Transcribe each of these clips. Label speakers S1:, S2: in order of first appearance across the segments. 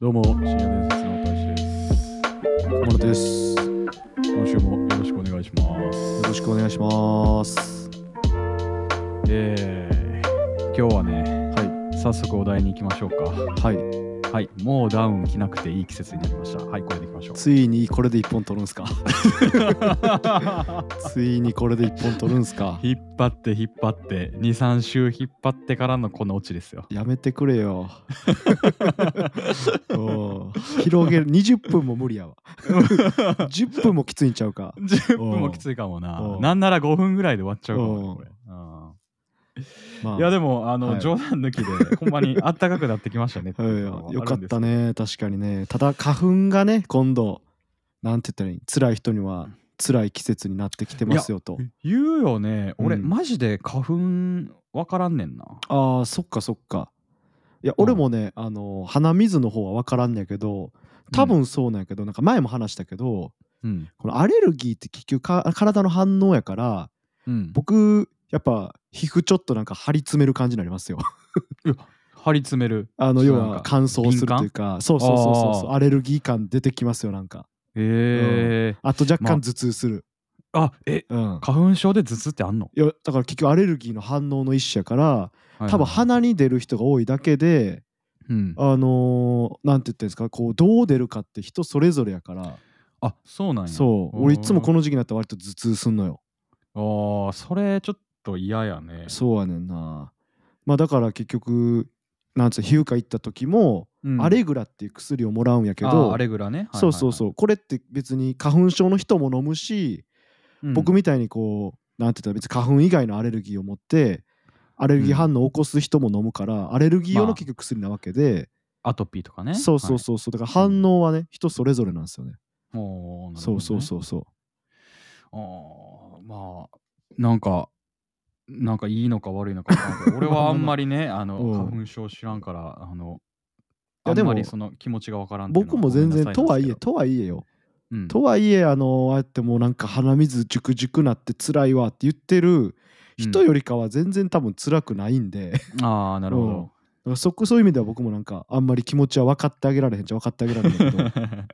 S1: どうも、深夜伝説の大志です。
S2: 小室です。よ
S1: 今週もよろしくお願いします。
S2: ろしくお願いします。
S1: えー、今日はね、
S2: は
S1: 早速お題に行きましょうか。
S2: はい。
S1: はい、もうダウン着なくていい季節になりました。はい、これでいきましょう。
S2: ついにこれで一本取るん すかついにこれで一本取るんすか
S1: 引っ張って引っ張って、2、3週引っ張ってからのこのオチです よ。
S2: やめてくれよ。おう広げる。20分も無 理やわ。10分もきついんちゃうか。
S1: 10分もきついかもな
S2: お。う
S1: なんなら5分ぐらいで終わっちゃうかも
S2: お
S1: ね
S2: う
S1: これ。うん
S2: まあ、
S1: いやでもあの、
S2: はい
S1: 冗談抜きでほんまにあったかくなってきましたねって
S2: はい
S1: いうの
S2: よ
S1: は
S2: よかった
S1: あるんで
S2: ね。確かにね。ただ花粉がね、今度、なんて言ったらいい辛い人には辛い季節になってきてますよ
S1: す。
S2: と
S1: けど言うよね俺、
S2: うん
S1: マジで花粉わからんねんな
S2: ああそっかそっかいや俺もね、あの鼻水の方は分からんねんけど多分そうなんやけど、なんか前も話したけど
S1: うん
S2: このアレルギーって結局か体の反応やから
S1: うん
S2: 僕やっぱ皮膚ちょっとなんか張り詰める感じになりますよ
S1: 張り詰める
S2: あの
S1: そう
S2: 要
S1: なん
S2: は
S1: か
S2: 乾燥するというかそうそうそうそうそう
S1: あー
S2: アレルギー感出てきますよなんか
S1: え
S2: あと若
S1: まあ
S2: 干頭痛する、
S1: ーあえ
S2: うん
S1: 花粉症で頭痛ってあんの
S2: いやだから結局アレルギーの反応の一種やから多分
S1: 鼻
S2: 鼻に出る人が多いだけで
S1: うん、
S2: あのー、なんて言ってんですかこうどう出るかって人それぞれやから、
S1: あそうなんや
S2: そう俺いつもこ
S1: の
S2: の時期になったら割と頭痛すんのよ、
S1: あーそれちょっと嫌やね
S2: そうやねんなまあだから結局なんつうの皮膚科行った時も、
S1: うん
S2: アレグラっていう薬をもらうんやけ
S1: あ
S2: ど
S1: ーアレグラね、はいはいはい
S2: そうそうそうこれって別に花粉症の人も飲むし、
S1: うん
S2: 僕みたいにこうなんて言ったら別に花粉以外のアレルギーを持ってアレルギー反応を起こす人も飲むから、アレルギー用
S1: まあ
S2: の結局薬なわけで、
S1: アトピーとかね
S2: そうそうそうそうだから反応はね人それぞれなんですよね
S1: う、はいおーなるほどね
S2: そうそうそうそ
S1: あ
S2: う
S1: ーまあなんかなんかいいのか悪いのか分からん けど俺はあんまりねあ
S2: う
S1: の
S2: ん
S1: 花粉症知らんからあの
S2: い
S1: あ
S2: や
S1: ん
S2: でも
S1: まりその気持ちが分からんっていうの
S2: 僕
S1: は
S2: も全然と
S1: ご
S2: は
S1: めん
S2: いえ
S1: なさ
S2: とはいえよ
S1: なんですけど
S2: とはいえあのああやってもうなんか鼻水ジュクジュクなって辛いわって言ってる人よりかは全然多分辛くないんで、だか
S1: うんああなるほど、
S2: らそこそういう意味では僕もなんかあんまり気持ちは分かってあげられへんじゃ分かってあげられへんけど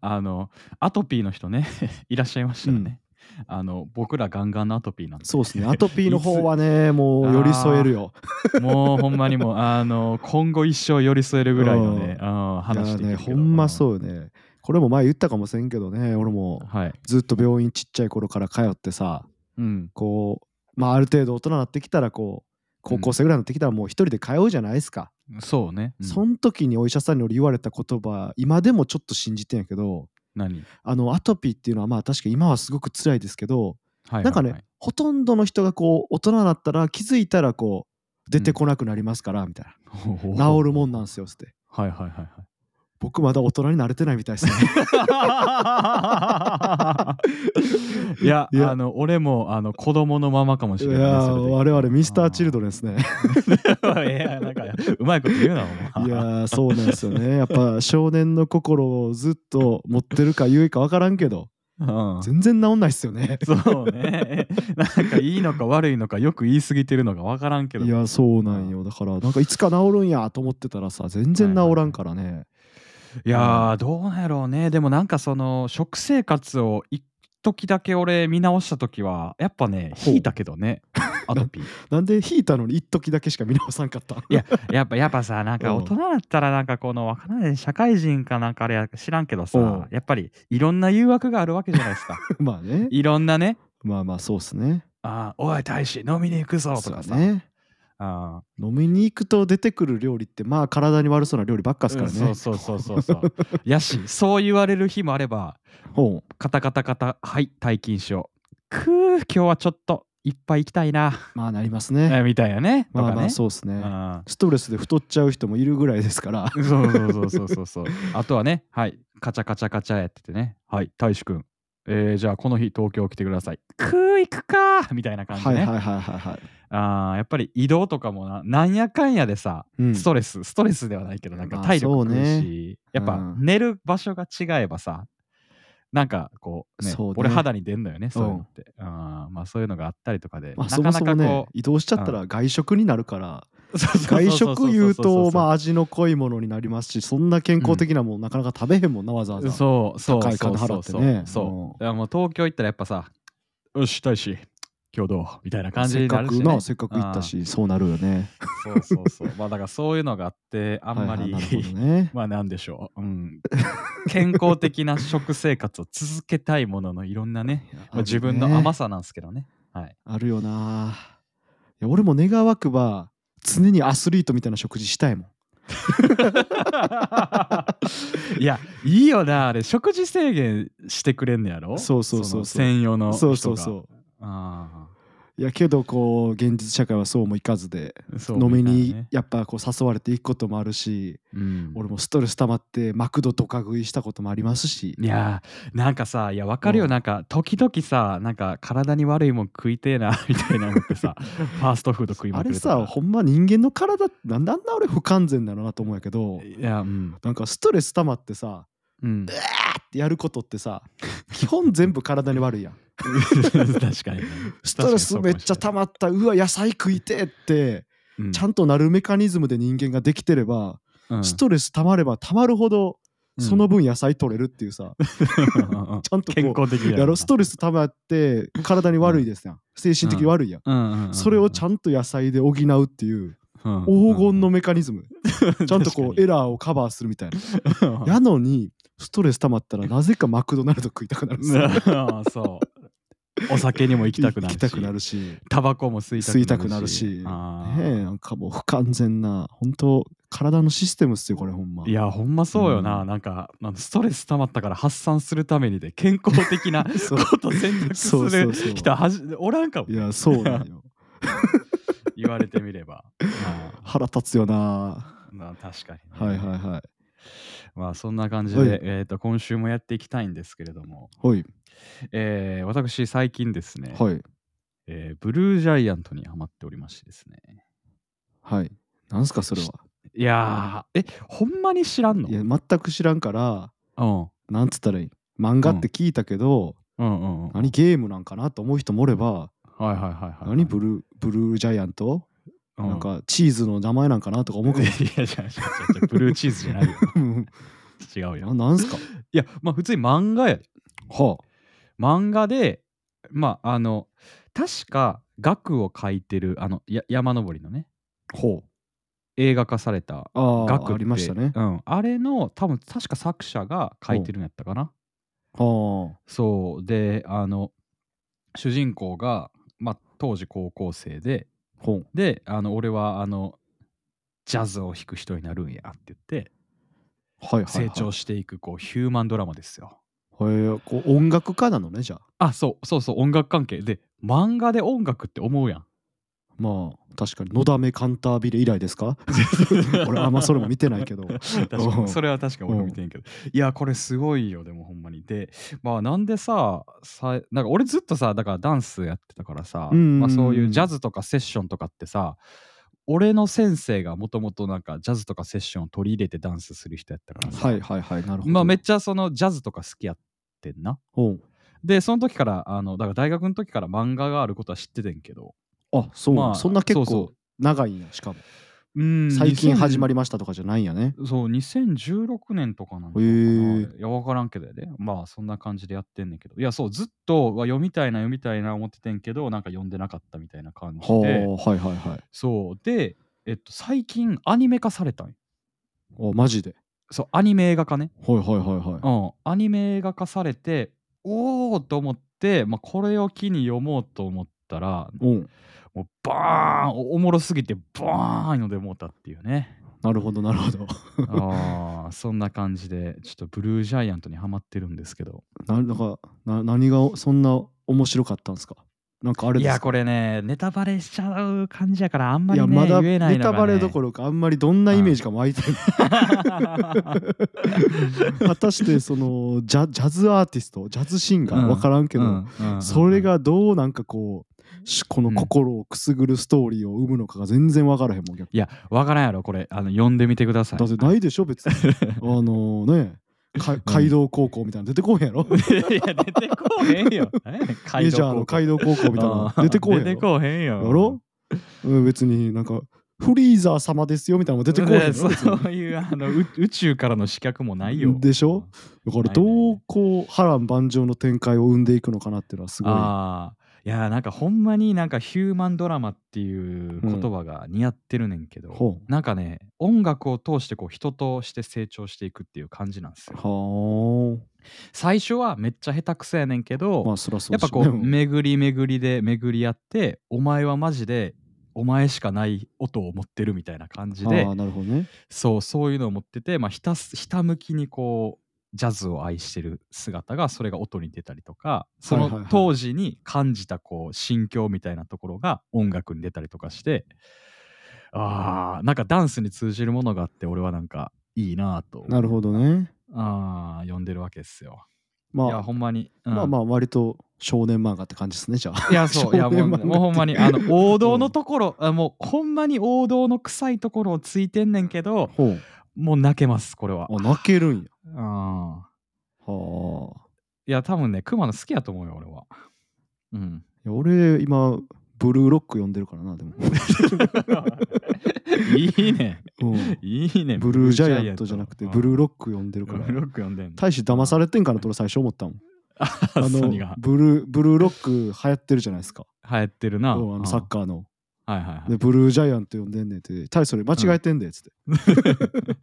S1: あのアトピーの人ね いらっしゃいましたよね、あの僕らガンガンのアトピーなんです
S2: そうですねアトピーの方はねもう寄り添えるよ
S1: もうほんまに もうあの今後一生寄り添えるぐらいのね、
S2: う
S1: うん、
S2: いや
S1: 話していけ
S2: ね
S1: るけ
S2: ほ
S1: ど
S2: んまそうよねこれも前言ったかもしれんけどね俺も
S1: うんはい、
S2: ずっと病院ちっちゃい頃から通ってさ
S1: うん、
S2: こうまあある程度大人になってきたらこう高校生ぐらいになってきたらもう一人で通うじゃないですか、
S1: そうね、うん、
S2: その時にお医者さんに俺言われた言葉今でもちょっと信じてんやけど
S1: 何、
S2: あのアトピーっていうのはまあ確か今はすごく辛いですけど
S1: はいはいはい
S2: なんかねほとんどの人がこう大人になったら気づいたらこう出てこなくなりますからみたいな、治るもんなんすよつって
S1: はいはいはいはい。
S2: 僕まだ大人になれてないみた いですね
S1: いや
S2: いや
S1: あの俺もあの子供のままかも
S2: い
S1: し
S2: や
S1: れないねそれで
S2: ー我々ミスターチルド
S1: レ
S2: レンです ね
S1: ン いやなんかうまいこと言うなお前
S2: いやーそうなんですよねやっぱ少年の心をずっと持ってるかゆえか分からんけど
S1: うん
S2: 全然治んないっすよね
S1: そうねなんかいいのか悪いのかよく言い過ぎてるのか分からんけど
S2: いやそうなんよだからなんかいつか治るんやと思ってたらさ全然治らんからね、
S1: いやーどうなんやろうねでもなんかその食生活を一時だけ俺見直した時はやっぱね
S2: ほう
S1: 引いたけどねアトピー
S2: なんで引いたのに一時だけしか見直さんかった
S1: いややっぱやっぱさなんか
S2: うん
S1: 大人だったらなんかこのわからない社会人かなんかあれや知らんけど
S2: うん
S1: さやっぱりいろんな誘惑があるわけじゃない ですか
S2: まあね
S1: いろんなね
S2: まあまあそうっすね
S1: 「あーおい大使飲みに行くぞ」と
S2: そう
S1: か
S2: だ
S1: さ
S2: ね
S1: あ
S2: 飲みに行くと出てくる料理ってまあ体に悪そうな料理ばっかっ
S1: ー
S2: すからね、
S1: うんそうそうそうそう そうやしそう言われる日もあれば
S2: ほう
S1: カタカタカタはい退勤しようくー今日はちょっといっぱい行きたいな
S2: まあなります
S1: え
S2: ね
S1: ーみたいなねと
S2: ま
S1: か
S2: あま
S1: ね
S2: あそうっすね
S1: あ
S2: ストレスで太っちゃう人もいるぐらいですから
S1: ーそうそうそうそうそうそうあとはねはいカチャカチャカチャやっててねはい大志くんえーじゃあこの日東京来てくださいくー行くかーみたいな感じ
S2: はい
S1: ね、
S2: はいはいはいはい
S1: あーやっぱり移動とかもななんやかんやでさ、
S2: うん
S1: ストレスストレスではないけどなんか
S2: まあ
S1: 体力
S2: そ
S1: も
S2: う
S1: る
S2: ね
S1: し、やっ
S2: う
S1: ぱ
S2: ん
S1: 寝る場所が違えばさなんかこう,、ね
S2: そうね
S1: 俺肌に出んのよねそういうのって、あーまあそういうのがあったりとかで、
S2: まあ、
S1: な
S2: そ
S1: か
S2: も
S1: な
S2: そ
S1: か
S2: も
S1: こ
S2: ね
S1: う
S2: 移動しちゃったら外食になるから、
S1: そう そうそうそ
S2: 外
S1: うそう
S2: 食言うとま
S1: あ
S2: あ味の濃いものになりますしそんな健康的なもんなかなか食べへんもんなわざわ ざ、
S1: そうそう
S2: 高い金払っ
S1: そう
S2: てね
S1: そう
S2: うん
S1: そうだからもう東京行ったらやっぱさ「よし大志今日どう?」みたいな感じ
S2: せっ
S1: にな
S2: か
S1: る
S2: く
S1: し、ね
S2: な、せっかく行ったしそうなるよね
S1: そうそうそうまあだからそういうのがあってあんまり、
S2: はいはいなるほどね
S1: まあなんでしょう、うん、健康的な食生活を続けたいもののいろんなね、まあ、自分の甘
S2: さ
S1: さなんですけど ねはい
S2: あるよないや俺も願わくば常にアスリートみたいな食事したいもん
S1: いやいいよなあれ食事制限してくれんのやろ
S2: そうそうそうそう
S1: の専用の人
S2: そ
S1: が
S2: うそうそう
S1: あ
S2: いやけどこう現実社会はそうもいかずで
S1: ーそう
S2: 飲み
S1: みたいな
S2: に
S1: ね
S2: やっぱこう誘われていくこともあるし
S1: うん
S2: 俺もストレス溜まってマクドドカ食いしたこともありますし
S1: いやーなんかさいやわかるよ
S2: うん
S1: なんか時々さなんか体に悪いもん食いてえな みたいな思って さファーストフード食い
S2: あ
S1: まく
S2: れ
S1: るとか
S2: さほんま人間の体ってなんであんな俺不完全なのなと思うんやけど
S1: いやうん、
S2: なんかストレス溜まってさ
S1: うん、
S2: パッてやることって さ基本全部体に悪いやん
S1: 確かにね
S2: ストレスめっちゃ溜まったうわ野菜食いてえってちゃんとなるメカニズムで人間ができてれば、
S1: と
S2: ストレス溜まれば溜まるほどその分野菜取れるっていうさ、 ちゃんと
S1: 健
S2: こ
S1: 康的
S2: うやろストレス溜まって体に悪いですやん精神的に悪いやん、それをち
S1: ゃん
S2: ゃんと野菜で補うっていう
S1: と
S2: 黄金のメカニズム、ちゃんとこうエ
S1: ラ
S2: ラーをカバーするみたいなやのにストレス溜ま ったらなぜかマクドナルド食いたくなるんですよ
S1: そうお酒にも行きたくなる
S2: 行きたくな
S1: し
S2: るし
S1: タバコも吸いたくなるし
S2: 吸いたくな
S1: あ
S2: るしね
S1: ー
S2: えなんかもう不完全な本当体のシステムっすよこれほんま
S1: いやほんまそうよな、
S2: うん
S1: なんかあのストレス溜まったから発散するためにで健康的な
S2: そう
S1: こと選択す
S2: そうそう
S1: る
S2: そう
S1: 人はじおらんかも
S2: いやそうな んよ
S1: 言われてみれ ばあ
S2: 腹立つよな
S1: ーまあ確かに、
S2: はいはいはい
S1: まあそんな感じ
S2: は
S1: で
S2: い、
S1: えー、と今週もやっていきたいんですけれども、
S2: ほい
S1: えー私最近ですね、
S2: はい
S1: えーブルージャイアントにハマっておりましてですね
S2: はいなんすかそれはい
S1: やーえほんまに知らんの
S2: いや全く知らんから
S1: うん
S2: なんつったらいい漫画って聞いたけど、
S1: うんうんうん
S2: 何ゲームなんかなと思う人もおれば、
S1: はいはいはいはい
S2: 何ブルーブルージャイアント、
S1: うん
S2: なんかチーズの名前なんかなとか思う
S1: い
S2: け
S1: やいやいやいやいやブルーチーズじゃないよ違うよ
S2: どな んすか
S1: いやまあ普通に漫画やで
S2: は
S1: 漫画でまああの確か額を書いてるあのや山登りのね
S2: あほ
S1: 映画化された
S2: うあ
S1: 額って
S2: あありましたね
S1: うん、あれの多分確か作者が書いてるんやったかな
S2: はあ
S1: そうであの主人公が、まあ、当時高校生で
S2: ほう
S1: であの俺はあのジャズを弾く人になるんやって言って
S2: はいはい、はい、
S1: 成長していくこうヒューマンドラマですよ。
S2: へえこう音楽家なのねじゃあ
S1: あそうそうそう音楽関係で漫画で音楽って思うやん。
S2: まあ確かに「のだめカンタービレ」以来ですか 俺あんまそれも見てないけど
S1: 確かにそれは確かに俺も見てんけど、いやこれすごいよでもほんまにでまあなんでささなんか俺ずっとさだからダンスやってたからさ、
S2: うんうんうん
S1: まあ、そういうジャズとかセッションとかってさ俺の先生がもともとなんかジャズとかセッションを取り入れてダンスする人やったからさ、
S2: はいはいはいなるほど
S1: まあめっちゃそのジャズとか好きやってんな
S2: ほう
S1: でその時からあのだから大学の時から漫画があることは知っててんけど
S2: あそう、
S1: まあ
S2: そんな結
S1: そうそ
S2: 構長いんやしかも
S1: うん
S2: 最近始ま
S1: り
S2: りましたとかじゃないんやね
S1: そう2016年とかなんじゃ
S2: へ
S1: な
S2: ー
S1: いかないや分からんけどやでまあそんな感じでやってんねんけどいやそうずっとうわ読みたいな読みたいな思っててんけどなんか読んでなかったみたいな感じで
S2: はあはいはいはい
S1: そうでえっと最近アニメ化されたんよ
S2: おマジで
S1: そうアニメ映画化ね
S2: はいはいはいは
S1: うんアニメ映画化されておおと思って、まあ、これを機に読もうと思ったら
S2: いうん
S1: もうバーンおおもろすぎてバーンのでもうたっていうね
S2: なるほどなるほど
S1: あーそんな感じでちょっとブルージャイアントにはまってるんですけど
S2: ななんかな何がそんな面白かったんですかなんかあれ
S1: い
S2: ですか
S1: やこれねネタバレしちゃう感じやからあんまり、ね、
S2: いやまだ
S1: 言えない
S2: ネ
S1: のが、ね、
S2: タバレ どころかあんまりどんなイメージか湧いてない果たしてそのジャジャズアーティストジャズシンガ
S1: う
S2: ー
S1: ん
S2: わからんけど、
S1: うんうんうん
S2: それがどうなんかこうしこの心をくすぐるストーリーを生むのかが全然分からへんもん逆
S1: いや、わからんやろ、これ。あの、読んでみてください。
S2: だってないでしょ 別にあのねか街道高校みたいなの出てこへんや ろ
S1: いや、出てこへん よ。何やねん
S2: メジャーの街道高校みたいなの出てこへん
S1: 出
S2: や
S1: て
S2: ろ
S1: こへんよ。
S2: やろうん別になんかフリーザー様ですよみたいなのも出てこ へんやろ別
S1: そ
S2: に
S1: ういうあのう宇宙からの資格もないよ。
S2: でしょだからどうこう波乱万丈の展開を生んでいくのかなっていうのはすごい
S1: ああ。いやなんかほんまになんかヒューマンドラマっていう言葉が似合ってるねんけど、
S2: ほう
S1: なんかね音楽を通してこう人として成長していくっていう感じなんですよ。
S2: は
S1: 最初はめっちゃ下手くそやねんけど、
S2: あまあそりゃそう
S1: やっぱこ
S2: でし
S1: う
S2: ょうね
S1: 巡り巡りで巡り合ってお前はマジでお前しかない音を持ってるみたいな感じで
S2: ああなるほどね
S1: そうそういうのを持ってて、まあ、ひたすひたむきにこうジャズを愛してる姿がそれが音に出たりとかそ
S2: はいはい
S1: の
S2: はい
S1: 当時に感じたこう心境みたいなところが音楽に出たりとかしてあーなんかダンスに通じるものがあって俺はなんかいいなぁと
S2: なるほどね
S1: あー呼んでるわけですよ。いや
S2: ま
S1: ほんまに、
S2: あ
S1: うん
S2: まあまあ割と少年漫画って感じですねじゃあ
S1: いや、そう、いや、もう、
S2: 少年漫画って
S1: もうほんまに、あ の、王道のところ、あもう、ほんまに王道の臭いところをついてんねんけど、
S2: ほう
S1: もう泣けます、これは。
S2: あ泣けるんや
S1: うん。
S2: はあ
S1: いや、多分ね、熊の好きやと思うよ、俺は。うん。
S2: いや俺今ブルーロック読んでるから なでも、
S1: いいね。
S2: うん
S1: いいね。
S2: ブルージャイアントじゃなくてブル
S1: ロ
S2: ーロック読んでる
S1: ッ
S2: か
S1: ク。ブ
S2: ら
S1: ルーロック読んでんの。
S2: 大使騙されてんかなと俺最初思 ったもんあ
S1: あ
S2: の
S1: の、が
S2: ブルーブルーロック流行ってるじゃないですか
S1: 流行ってるな。
S2: うんあのサッカー
S1: ー。
S2: の
S1: はいはい
S2: でブルージャイアント呼んでんねんって大使それ間違えてんでっつって、
S1: は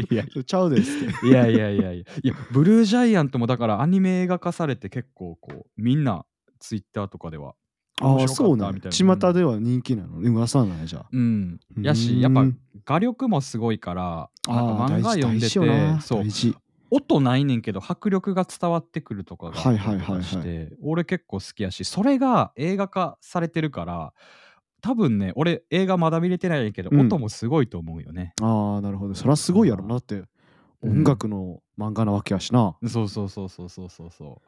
S1: い。いや、
S2: ちゃうでっ つって
S1: いやいやいやいやいやブルージャイアントもだからアニメ映画化されて結構こうみんなツイッターとかでは
S2: ああそうなん
S1: みたい
S2: や
S1: な
S2: 巷では人気なの噂なんやじゃあ
S1: うん、
S2: うん
S1: やしやっぱ画力もすごいからなんか
S2: あー
S1: 漫画読んで
S2: 大事大事よ
S1: て
S2: な
S1: そう
S2: 大事
S1: 音ないねんけど迫力が伝わってくるとかが
S2: はいはいはいはい
S1: あったりして俺結構好きやしそれが映画化されてるから多分ね俺映画まだ見れてないんやけど、
S2: うん
S1: 音もすごいと思うよね
S2: ああなるほどそりゃすごいやろなだって
S1: うん
S2: 音楽の漫画なわけやしな、
S1: そうそうそうそうそうそうそ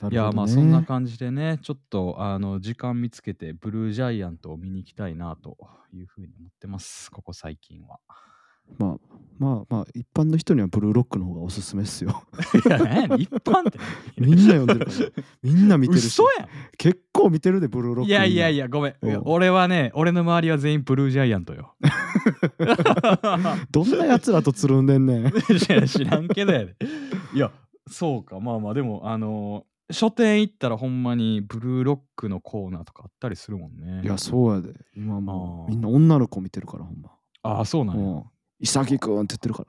S1: う
S2: ないるほどね
S1: やまあそんな感じでねちょっとあの時間見つけてブルージャイアントを見に行きたいなというふうに思ってますここ最近は
S2: まあまあまあ一般の人にはブルーロックの方がおすすめっ すよ
S1: いやね一般って
S2: みんな読んでるからみんな見てるし
S1: 嘘やん
S2: 結構見てるでブルーロック
S1: いやいやい
S2: や
S1: や、ごめん。
S2: うん
S1: いや俺はね、俺の周りは全員ブルージャイアント よ。
S2: どんなやつらとつるんで んねん
S1: 知らん知らんけどやで。いや、そうか、まあまあ、でも、あのー書店行ったらほんまにブルーロックのコーナーとかあったりするもんね。
S2: いやそうやで今も
S1: あー
S2: うみんな女の子見てるからほんま
S1: ああ、そうなんや。
S2: もう潔くんって言ってるか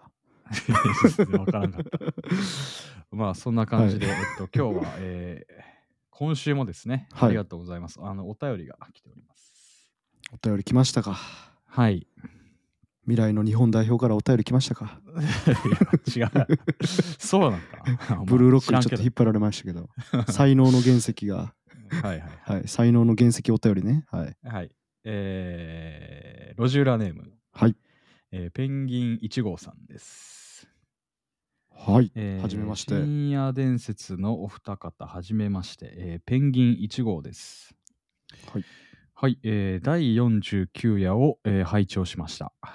S2: ら
S1: わからんかった。まあ、そんな感じで、えっと、今日 は、えー今週もですね、
S2: はい
S1: ありがとうございます。あの、お便りが来ております。
S2: お便り来ましたか
S1: はい。
S2: 未来の日本代表からお便り来ましたか
S1: いや違う。そうなん か。
S2: ブルーロックにちょ
S1: 知らん
S2: っと
S1: けど
S2: 引っ張られましたけど才能の原 石が
S1: はいはい
S2: はい才能の原石お便りねはい
S1: はい。はい、えー、ロジュラネーム、
S2: はい
S1: えーペンギン1号さんです。
S2: はい
S1: えー
S2: はじめまして
S1: 深夜伝説のお二方、はじめまして、えーペンギン1号です。
S2: はい。
S1: はい、えー第49夜を、えー拝聴しました、え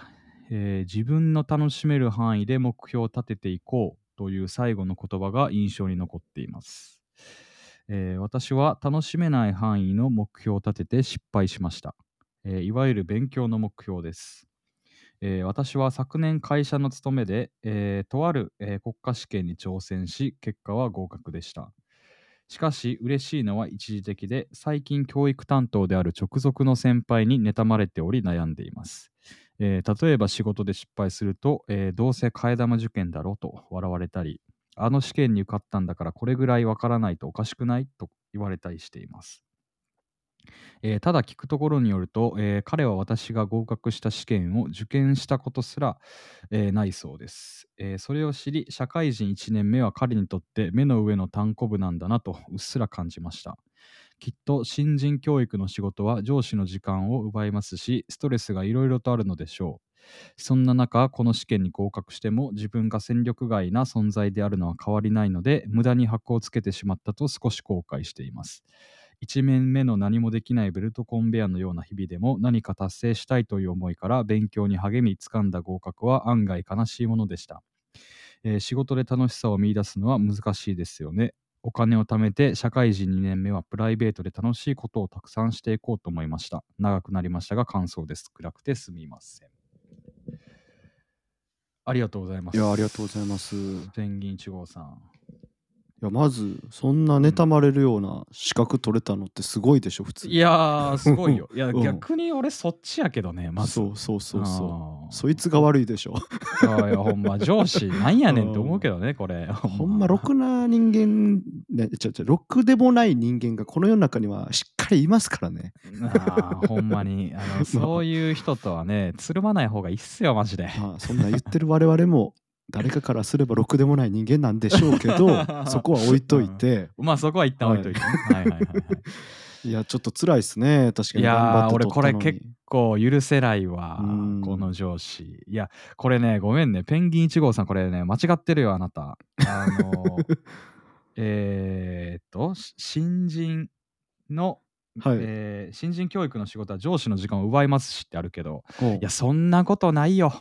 S1: ー自分の楽しめる範囲で目標を立てていこうという最後の言葉が印象に残っています。えー私は楽しめない範囲の目標を立てて失敗しました。えーいわゆる勉強の目標です。えー私は昨年会社の勤めで、えーとある、えー国家試験に挑戦し結果は合格でしたしかし嬉しいのは一時的で最近教育担当である直属の先輩に妬まれており悩んでいます、えー例えば仕事で失敗すると、えーどうせ替え玉受験だろうと笑われたりあの試験に受かったんだからこれぐらいわからないとおかしくないと言われたりしていますえーただ聞くところによると、えー彼は私が合格した試験を受験したことすら、えーないそうです、えーそれを知り、社会人1年目は彼にとって目の上の単行部なんだなとうっすら感じました。きっと新人教育の仕事は上司の時間を奪いますし、ストレスがいろいろとあるのでしょう。そんな中、この試験に合格しても自分が戦力外な存在であるのは変わりないので、無駄に箔をつけてしまったと少し後悔しています。 1面目の何もできないベルトコンベヤーのような日々でも何か達成したいという思いから勉強に励み掴んだ合格は案外悲しいものでした、えー仕事で楽しさを見出すのは難しいですよねお金を貯めて社会人2年目はプライベートで楽しいことをたくさんしていこうと思いました長くなりましたが感想です暗くてすみませんありがとうございます
S2: いやありがとうございますい
S1: ペンギン1号さん
S2: やまずそんな妬まれるような資格取れたのってすごいでしょ普通
S1: いやーすごいよ。いや、
S2: うん
S1: 逆に俺そっちやけどね、まず。
S2: そうそうそうそ
S1: あー
S2: うそいつが悪いでし ょ
S1: いやいやほんま上司なんやねんって思うけどね、これ。
S2: ほんまろくな人間ねちゃちゃろくでもない人間がこの世の中にはしっかりいますからね
S1: あーほんまに あの。そういう人とはね、つるまない方がいいっすよ、マジで。
S2: まあそんな言ってる我 々も誰かからすればろくでもない人間なんでしょうけど そこは置いといて
S1: まあそこは一旦置いといてね。はいはいはいはい。
S2: いやちょっと辛いですね確か
S1: い
S2: に頑張
S1: や
S2: っ
S1: ー
S2: て
S1: 俺
S2: 取った
S1: こ
S2: のに
S1: れ結構許せないわ
S2: うん
S1: この上司いやこれねごめんねペンギン1号さんこれね間違ってるよあなたあ のえーっとし新人の、
S2: はい、
S1: えー新人教育の仕事は上司の時間を奪いますしってあるけど
S2: おう
S1: いやそんなことないよ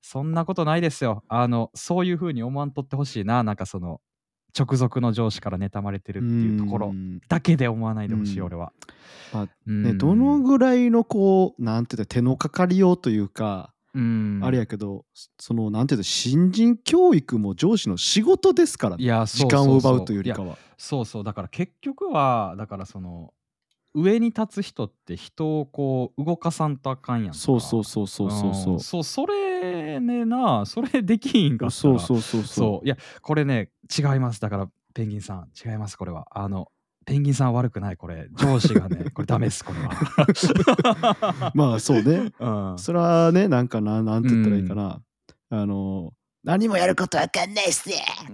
S1: そんなことないですよあのそういうふうに思わんとってほしいななんかその直属の上司から妬まれてるっていうところ
S2: ん
S1: だけで思わないでほしい、
S2: うん
S1: 俺は。
S2: まあ
S1: うん
S2: ね、どのぐらいのこうなんていうか手のかかりようというか、
S1: うん、
S2: あれやけどそのなんていうか新人教育も上司の仕事ですから
S1: い
S2: ね
S1: や
S2: 時間を奪うというよ
S1: よ
S2: りかは
S1: そうそうだから結局はだからその上に立つ人って人をこう動かさんとあかんやんか
S2: そうそうそうそうそうそ
S1: ん
S2: う
S1: そうそれねなそれできんかった
S2: そ
S1: ら
S2: うそうそうそ
S1: そういやこれね違いますだからペンギンさん違いますこれはあのペンギンさん悪くないこれ上司が ねこれダメですこれは
S2: うまあ そうね
S1: うん
S2: それはねなんかななんて言ったらいいかな、あの何もやることわかんないっす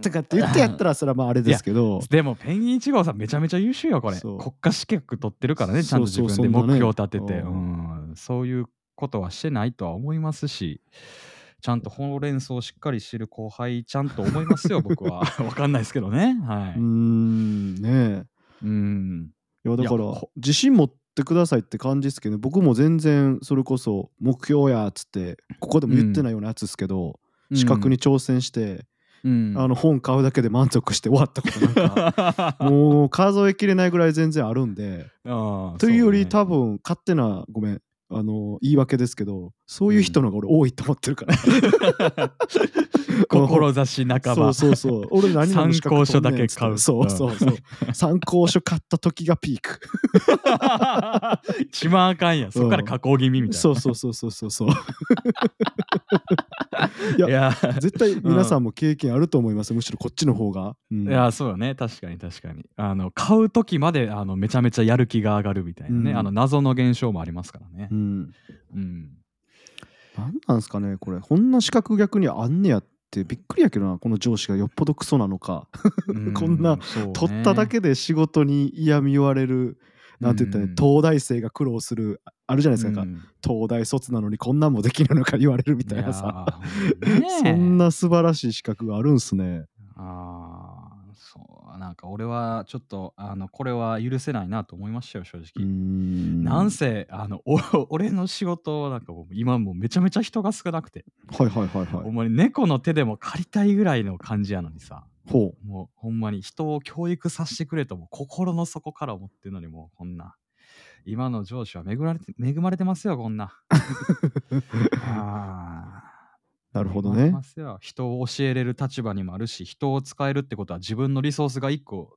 S2: とかって言ってやったらそれはまああれですけど
S1: でもペンギン1号さんめちゃめちゃ優秀よこれ
S2: そう
S1: 国家資格取ってるからねちゃんと自
S2: そうそう
S1: 分で目
S2: そんなね
S1: 標を立ててそう,、、
S2: うん
S1: そういうことはしてないとは思いますしちゃんとほうれん草をしっかりしてる後輩ちゃんと思います よ僕はわかんないですけどねは
S2: うー
S1: い
S2: んね
S1: うん
S2: えいやだか
S1: いや
S2: ら
S1: ほ
S2: 自信持ってくださいって感じですけどね僕も全然それこそ目標やっつってここでも言ってないようなやつですけど、資格に、挑戦して、
S1: うん
S2: あの本買うだけで満足して終わったことな んかもう数えきれないぐらい全然あるんで。
S1: ああ
S2: というより
S1: そね
S2: 多分勝手なごめんあの言い訳ですけどそういう人の方が俺多いと思って るから
S1: 志半
S2: そ
S1: ば
S2: うそうそう俺何も資格取んね
S1: 参考書だけ
S2: ん
S1: 買う
S2: そうそうそう 参考書買った時がピーク
S1: 一番あかんやんそこから加工気味みたい
S2: そうそうそうそうそうそう
S1: な、い
S2: う
S1: や
S2: 絶対皆さんも経験あると思いますむしろこっちの方が、うん
S1: いやそうよね確かに確かにあの買う時まであのめちゃめちゃやる気が上がるみたいなね、
S2: うん
S1: あの謎の現象もありますからね
S2: うん、
S1: うん、
S2: なんなんですかねこれこんな資格逆にあんねやってびっくりやけどなこの上司がよっぽどクソなのか
S1: う
S2: こんな
S1: そうね
S2: 取っただけで仕事に嫌み言われるなんて言ったらいい、
S1: うん
S2: 東大生が苦労するああるじゃないですか,、
S1: うん
S2: 東大卒なのにこんなんもできないのか言われるみたいなさ
S1: いやー ほんまにね
S2: そんな素晴らしい資格があるんすね
S1: あーそうなんか俺はちょっとあのこれは許せないなと思いましたよ正直、な
S2: なん
S1: せあのお 俺の仕事なんかもう今もうめちゃめちゃ人が少なくて、
S2: はいはいはいは
S1: ほ
S2: い
S1: んまに猫の手でも借りたいぐらいの感じやのにさ
S2: ほ
S1: もうほんまに人を教育させてくれとも心の底から思ってるのにもうこんな今の上司は恵られて恵まれてますよこん なあ
S2: うなるほ
S1: 恵
S2: ど
S1: まれて
S2: ね
S1: ますよ人を教えれる立場にもあるし人を使えるってことは自分のリソースが一個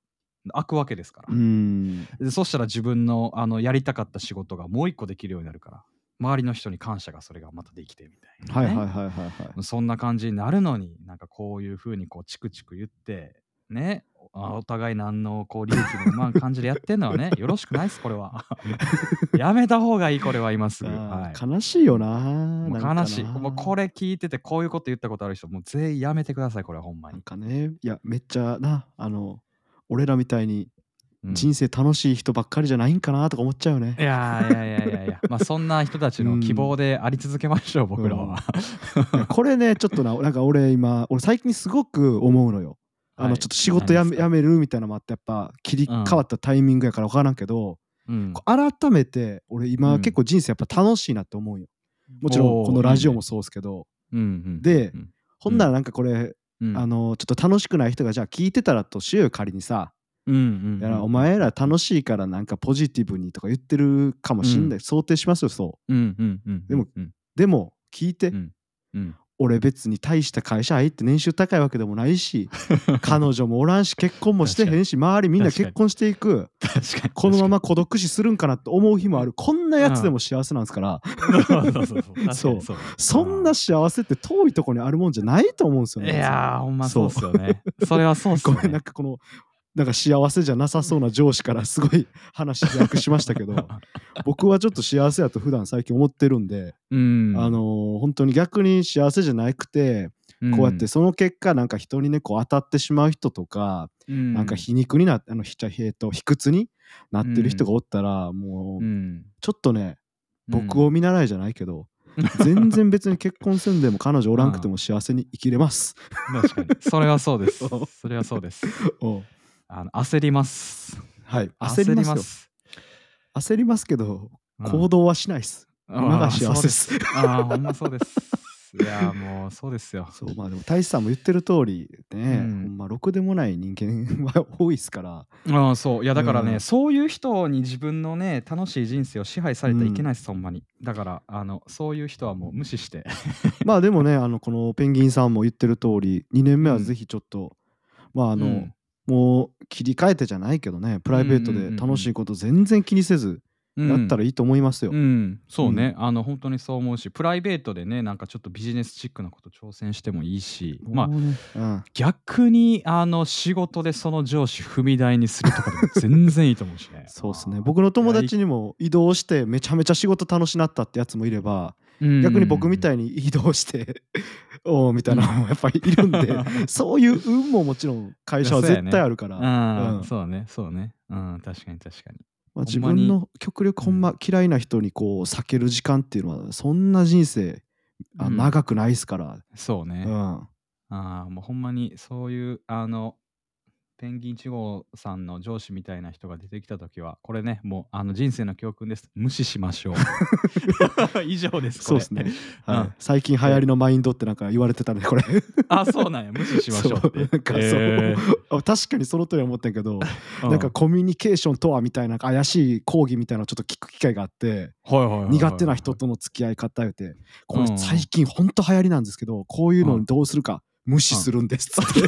S1: 開くわけですから
S2: う、ん
S1: でそしたら自分のあのやりたかった仕事がもう一個できるようになるから周りの人に感謝がそれがまたできてみたいな、
S2: はい
S1: ね
S2: はいはいはいはい
S1: そんな感じになるのになんかこういうふうにこうチクチク言ってねあお互い何のこう利益も まあ感じでやってんのはねよろしくないっすこれは やめた方がいいこれは今すぐ、は
S2: あ
S1: い
S2: ー悲しいよな
S1: も
S2: なん
S1: う
S2: かな
S1: 悲しいもうこれ聞いててこういうこと言ったことある人もう全員やめてくださいこれはほんま
S2: な
S1: に
S2: ん、かねいやめっちゃなあの俺らみたいに
S1: うん
S2: 人生楽しい人ばっかりじゃないんかなとか思っちゃうね、
S1: いやいやいやいやいやまあそんな人たちの希望であり続けましょう、僕 らは、
S2: いやこれねちょっとななんか俺今俺最近すごく思うのよあのちょっと仕事やめやめるみたいなのもあってやっぱ切り替わったタイミングやから分からんけど、
S1: うん
S2: こう改めて俺今
S1: うん
S2: 結構人生やっぱ楽しいなって思うよもちろん
S1: おー
S2: このラジオもそうですけど
S1: うんうん
S2: で
S1: うん
S2: ほんならなんかこれ、
S1: うん
S2: あのちょっと楽しくない人がじゃあ聞いてたらとしようよ仮にさ、
S1: うんうん
S2: いやお前ら楽しいからなんかポジティブにとか言ってるかもしん
S1: う
S2: ない、
S1: ん
S2: 想定しますよそ
S1: うんうんうん
S2: でも
S1: うん
S2: うでも聞いて、
S1: うんうん
S2: 俺別に大した会社入って年収高いわけでもない し彼女もおらんし結婚もしてへんし周りみんな結婚していく
S1: 確かに
S2: このまま孤独死するんかなと思う日もあるこんなやつでも幸せなんですから
S1: 確かにそうそうそう確かに
S2: そう
S1: そう
S2: そんな幸せって遠いとこにあるもんじゃないと思うんですよ
S1: い
S2: ね。
S1: やーほんまそうっすよねそれはそうっす
S2: ご
S1: よ
S2: めんな
S1: ね
S2: んかこのなんか幸せじゃなさそうな上司からすごい話略しましたけど 僕はちょっと幸せやと普段最近思ってるんで、
S1: うん
S2: あのー本当に逆に幸せじゃなくて、こうやってその結果なんか人にねこう当たってしまう人とか、な
S1: なん
S2: か皮肉になあのひちゃへえと卑屈になってる人がおったら、もうちょっとね僕
S1: を
S2: を見習いじゃないけど、全然別に結婚せんでも彼女おらんくても幸せに生きれます。
S1: 確かにそれはそうです
S2: そう
S1: それは そうです
S2: お
S1: あの焦ります
S2: はい、焦りますよ
S1: す
S2: 焦りますけど、
S1: うん
S2: 行動はしないです。馬
S1: あ
S2: が
S1: ー
S2: 幸せです。
S1: ああ、ほんまそうです。いやー、もうそうですよ。
S2: そうまあでも大志さんも言ってる通りね、
S1: うん
S2: ほんまろくでもない人間は多いですから
S1: ああ、そう。いや、だからね、
S2: うん
S1: そういう人に自分のね、楽しい人生を支配されてはいけないです、ほんまに。だから、あの、そういう人はもう無視して。
S2: まあで もねあのこのペンギンさんも言ってる通り2年目はぜひちょっと、まああの、
S1: うん
S2: もう切り替えてじゃないけどねプライベート
S1: うんうんうんう
S2: で
S1: ん
S2: 楽しいこと全然気にせずやったら
S1: いい
S2: いいと思いますよ。
S1: うん、うんそうね、あの、本当にそう思うし、プライベートでね、なんかちょっとビジネスチックなこと挑戦してもいいし、まあ、
S2: もうねうん。
S1: 逆に、あの、仕事でその上司踏み台にするとかでも全然いいと思うしね
S2: そうですね僕の友達にも移動してめちゃめちゃ仕事楽しなったってやつもいれば逆に僕み
S1: い
S2: たいに移動して おうみたいなのもやっぱりいる んでそういう運ももちろん会社は絶対あるから、
S1: うん、
S2: うん
S1: そうだね、そうだね。うん、確かに確かに。
S2: ま
S1: ほ
S2: あ、自
S1: んまに
S2: 分の極力ほんま嫌いな人にこう避ける時間っていうのはそんな人生あ
S1: うん
S2: 長くないですから、
S1: そうね。
S2: うん
S1: ああ、もうほんまにそういう、あの、ペンギン1号さんの上司みたいな人が出てきたときは、これね、もうあの人生の教訓です。無視しまし ょう。 以上です。
S2: そ
S1: で
S2: うですね、。はい
S1: うん
S2: 最近流行りのマインドってなんか言われてたねこれ
S1: あ、そうなんや。無視しましょうって。
S2: そうなんかそう
S1: え
S2: あ確かにその通りは思ったんやけど、
S1: ー
S2: なんか、コミュニケーションとはみたいな怪しい講義みたいなのをちょっと聞く機会があって
S1: うんはいはいはいはい
S2: 苦手な人。との 付き合い方言うてこれ
S1: うん
S2: 最近ほんと流行りなんですけどこういうのにどうするか無視するんですつ ってい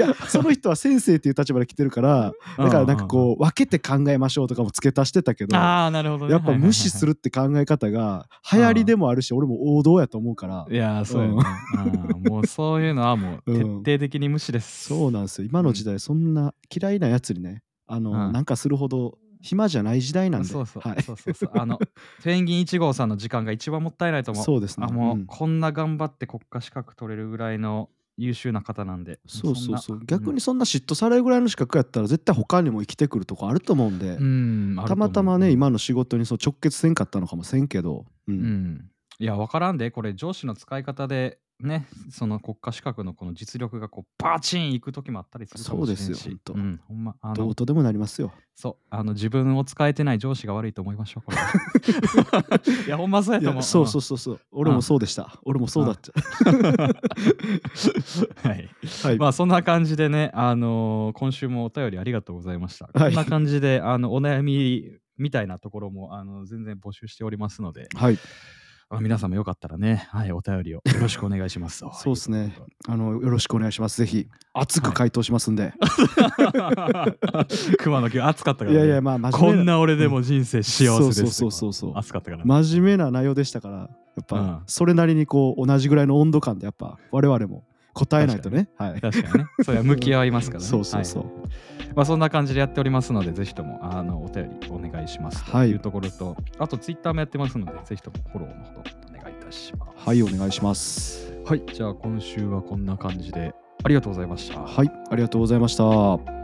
S2: やその人は先生っていう立場で来てるからだからなんかこう分けて考えましょうとかも付け足してたけ
S1: うん。
S2: どや
S1: ああ、なるほどね。
S2: っぱ無視す
S1: る。
S2: るって考え方が流行りでもあるし俺も王道やと思うから
S1: いやー、そうやね。あーもうそういうのはもう徹
S2: うん
S1: 底的に無視です。
S2: そうなんですよ今の時代そんな嫌いなやつにねあ
S1: う
S2: の
S1: ん
S2: なんかするほど暇じゃない時代なんで
S1: そうそう、
S2: はい
S1: そうそうそうあ のペンギン1号さんの時間が一番もったいないと思う
S2: そうですね
S1: あもう、
S2: うん
S1: こんな頑張って国家資格取れるぐらいの優秀な方なんで
S2: そうそ
S1: ん
S2: う
S1: な
S2: そう逆にそんな嫉妬されるぐらいの資格やったら絶対他にも生きてくるとこあると思うんで
S1: うんあると
S2: た
S1: 思
S2: ま
S1: う
S2: たまね今の仕事にそう直結せんかったのかもせんけどう
S1: うんんいや分からんでこれ上司の使い方でねその国家資格のこの実力がこうパチンいく時もあったりするかもしれんし
S2: そうですよほんと
S1: うん、ほんまあ
S2: どう
S1: の
S2: とでもなりま すよ
S1: そうあの自分を使えてない上司が悪いと思いましょうこれ はいやほんまそうや
S2: い
S1: と思
S2: や
S1: う
S2: そうそううそうそう俺もそうでした俺もそうだった
S1: んはい
S2: は い
S1: まあそんな感じでね、あのー今週もお便りありがとうございました。
S2: はい
S1: こんな感じで、あのお悩みみたいなところも、あの全然募集しておりますので、
S2: はい。
S1: あ皆さんもよかったらね、はい、お便りをよろしくお願いします
S2: そうですねあのよろしくお願いしますぜひ熱く回答しますんで、
S1: 熊野今日暑かったから、
S2: い、
S1: ね。
S2: やいやまあ真
S1: こ
S2: 面目
S1: ん
S2: な
S1: な俺でも人生幸せです、
S2: うんそうそうそうそうそう
S1: 暑かったから、ね。
S2: 真面目な内容でしたからやっ
S1: うん
S2: ぱそれなりにこう同じぐらいの温度感でやっぱ我々も答えないとねはい
S1: 確かにね。それは向き合いますからね。
S2: そうそうそう、
S1: はいまあそんな感じでやっておりますので、ぜひともあのお便りお願いします。
S2: は
S1: という
S2: い
S1: ところと、あとツイッターもやってますので、ぜひともフォローのほどお願いいたします。
S2: はいお願いします
S1: はい、じゃあ今週はこんな感じでありがとうございました。
S2: はいありがとうございました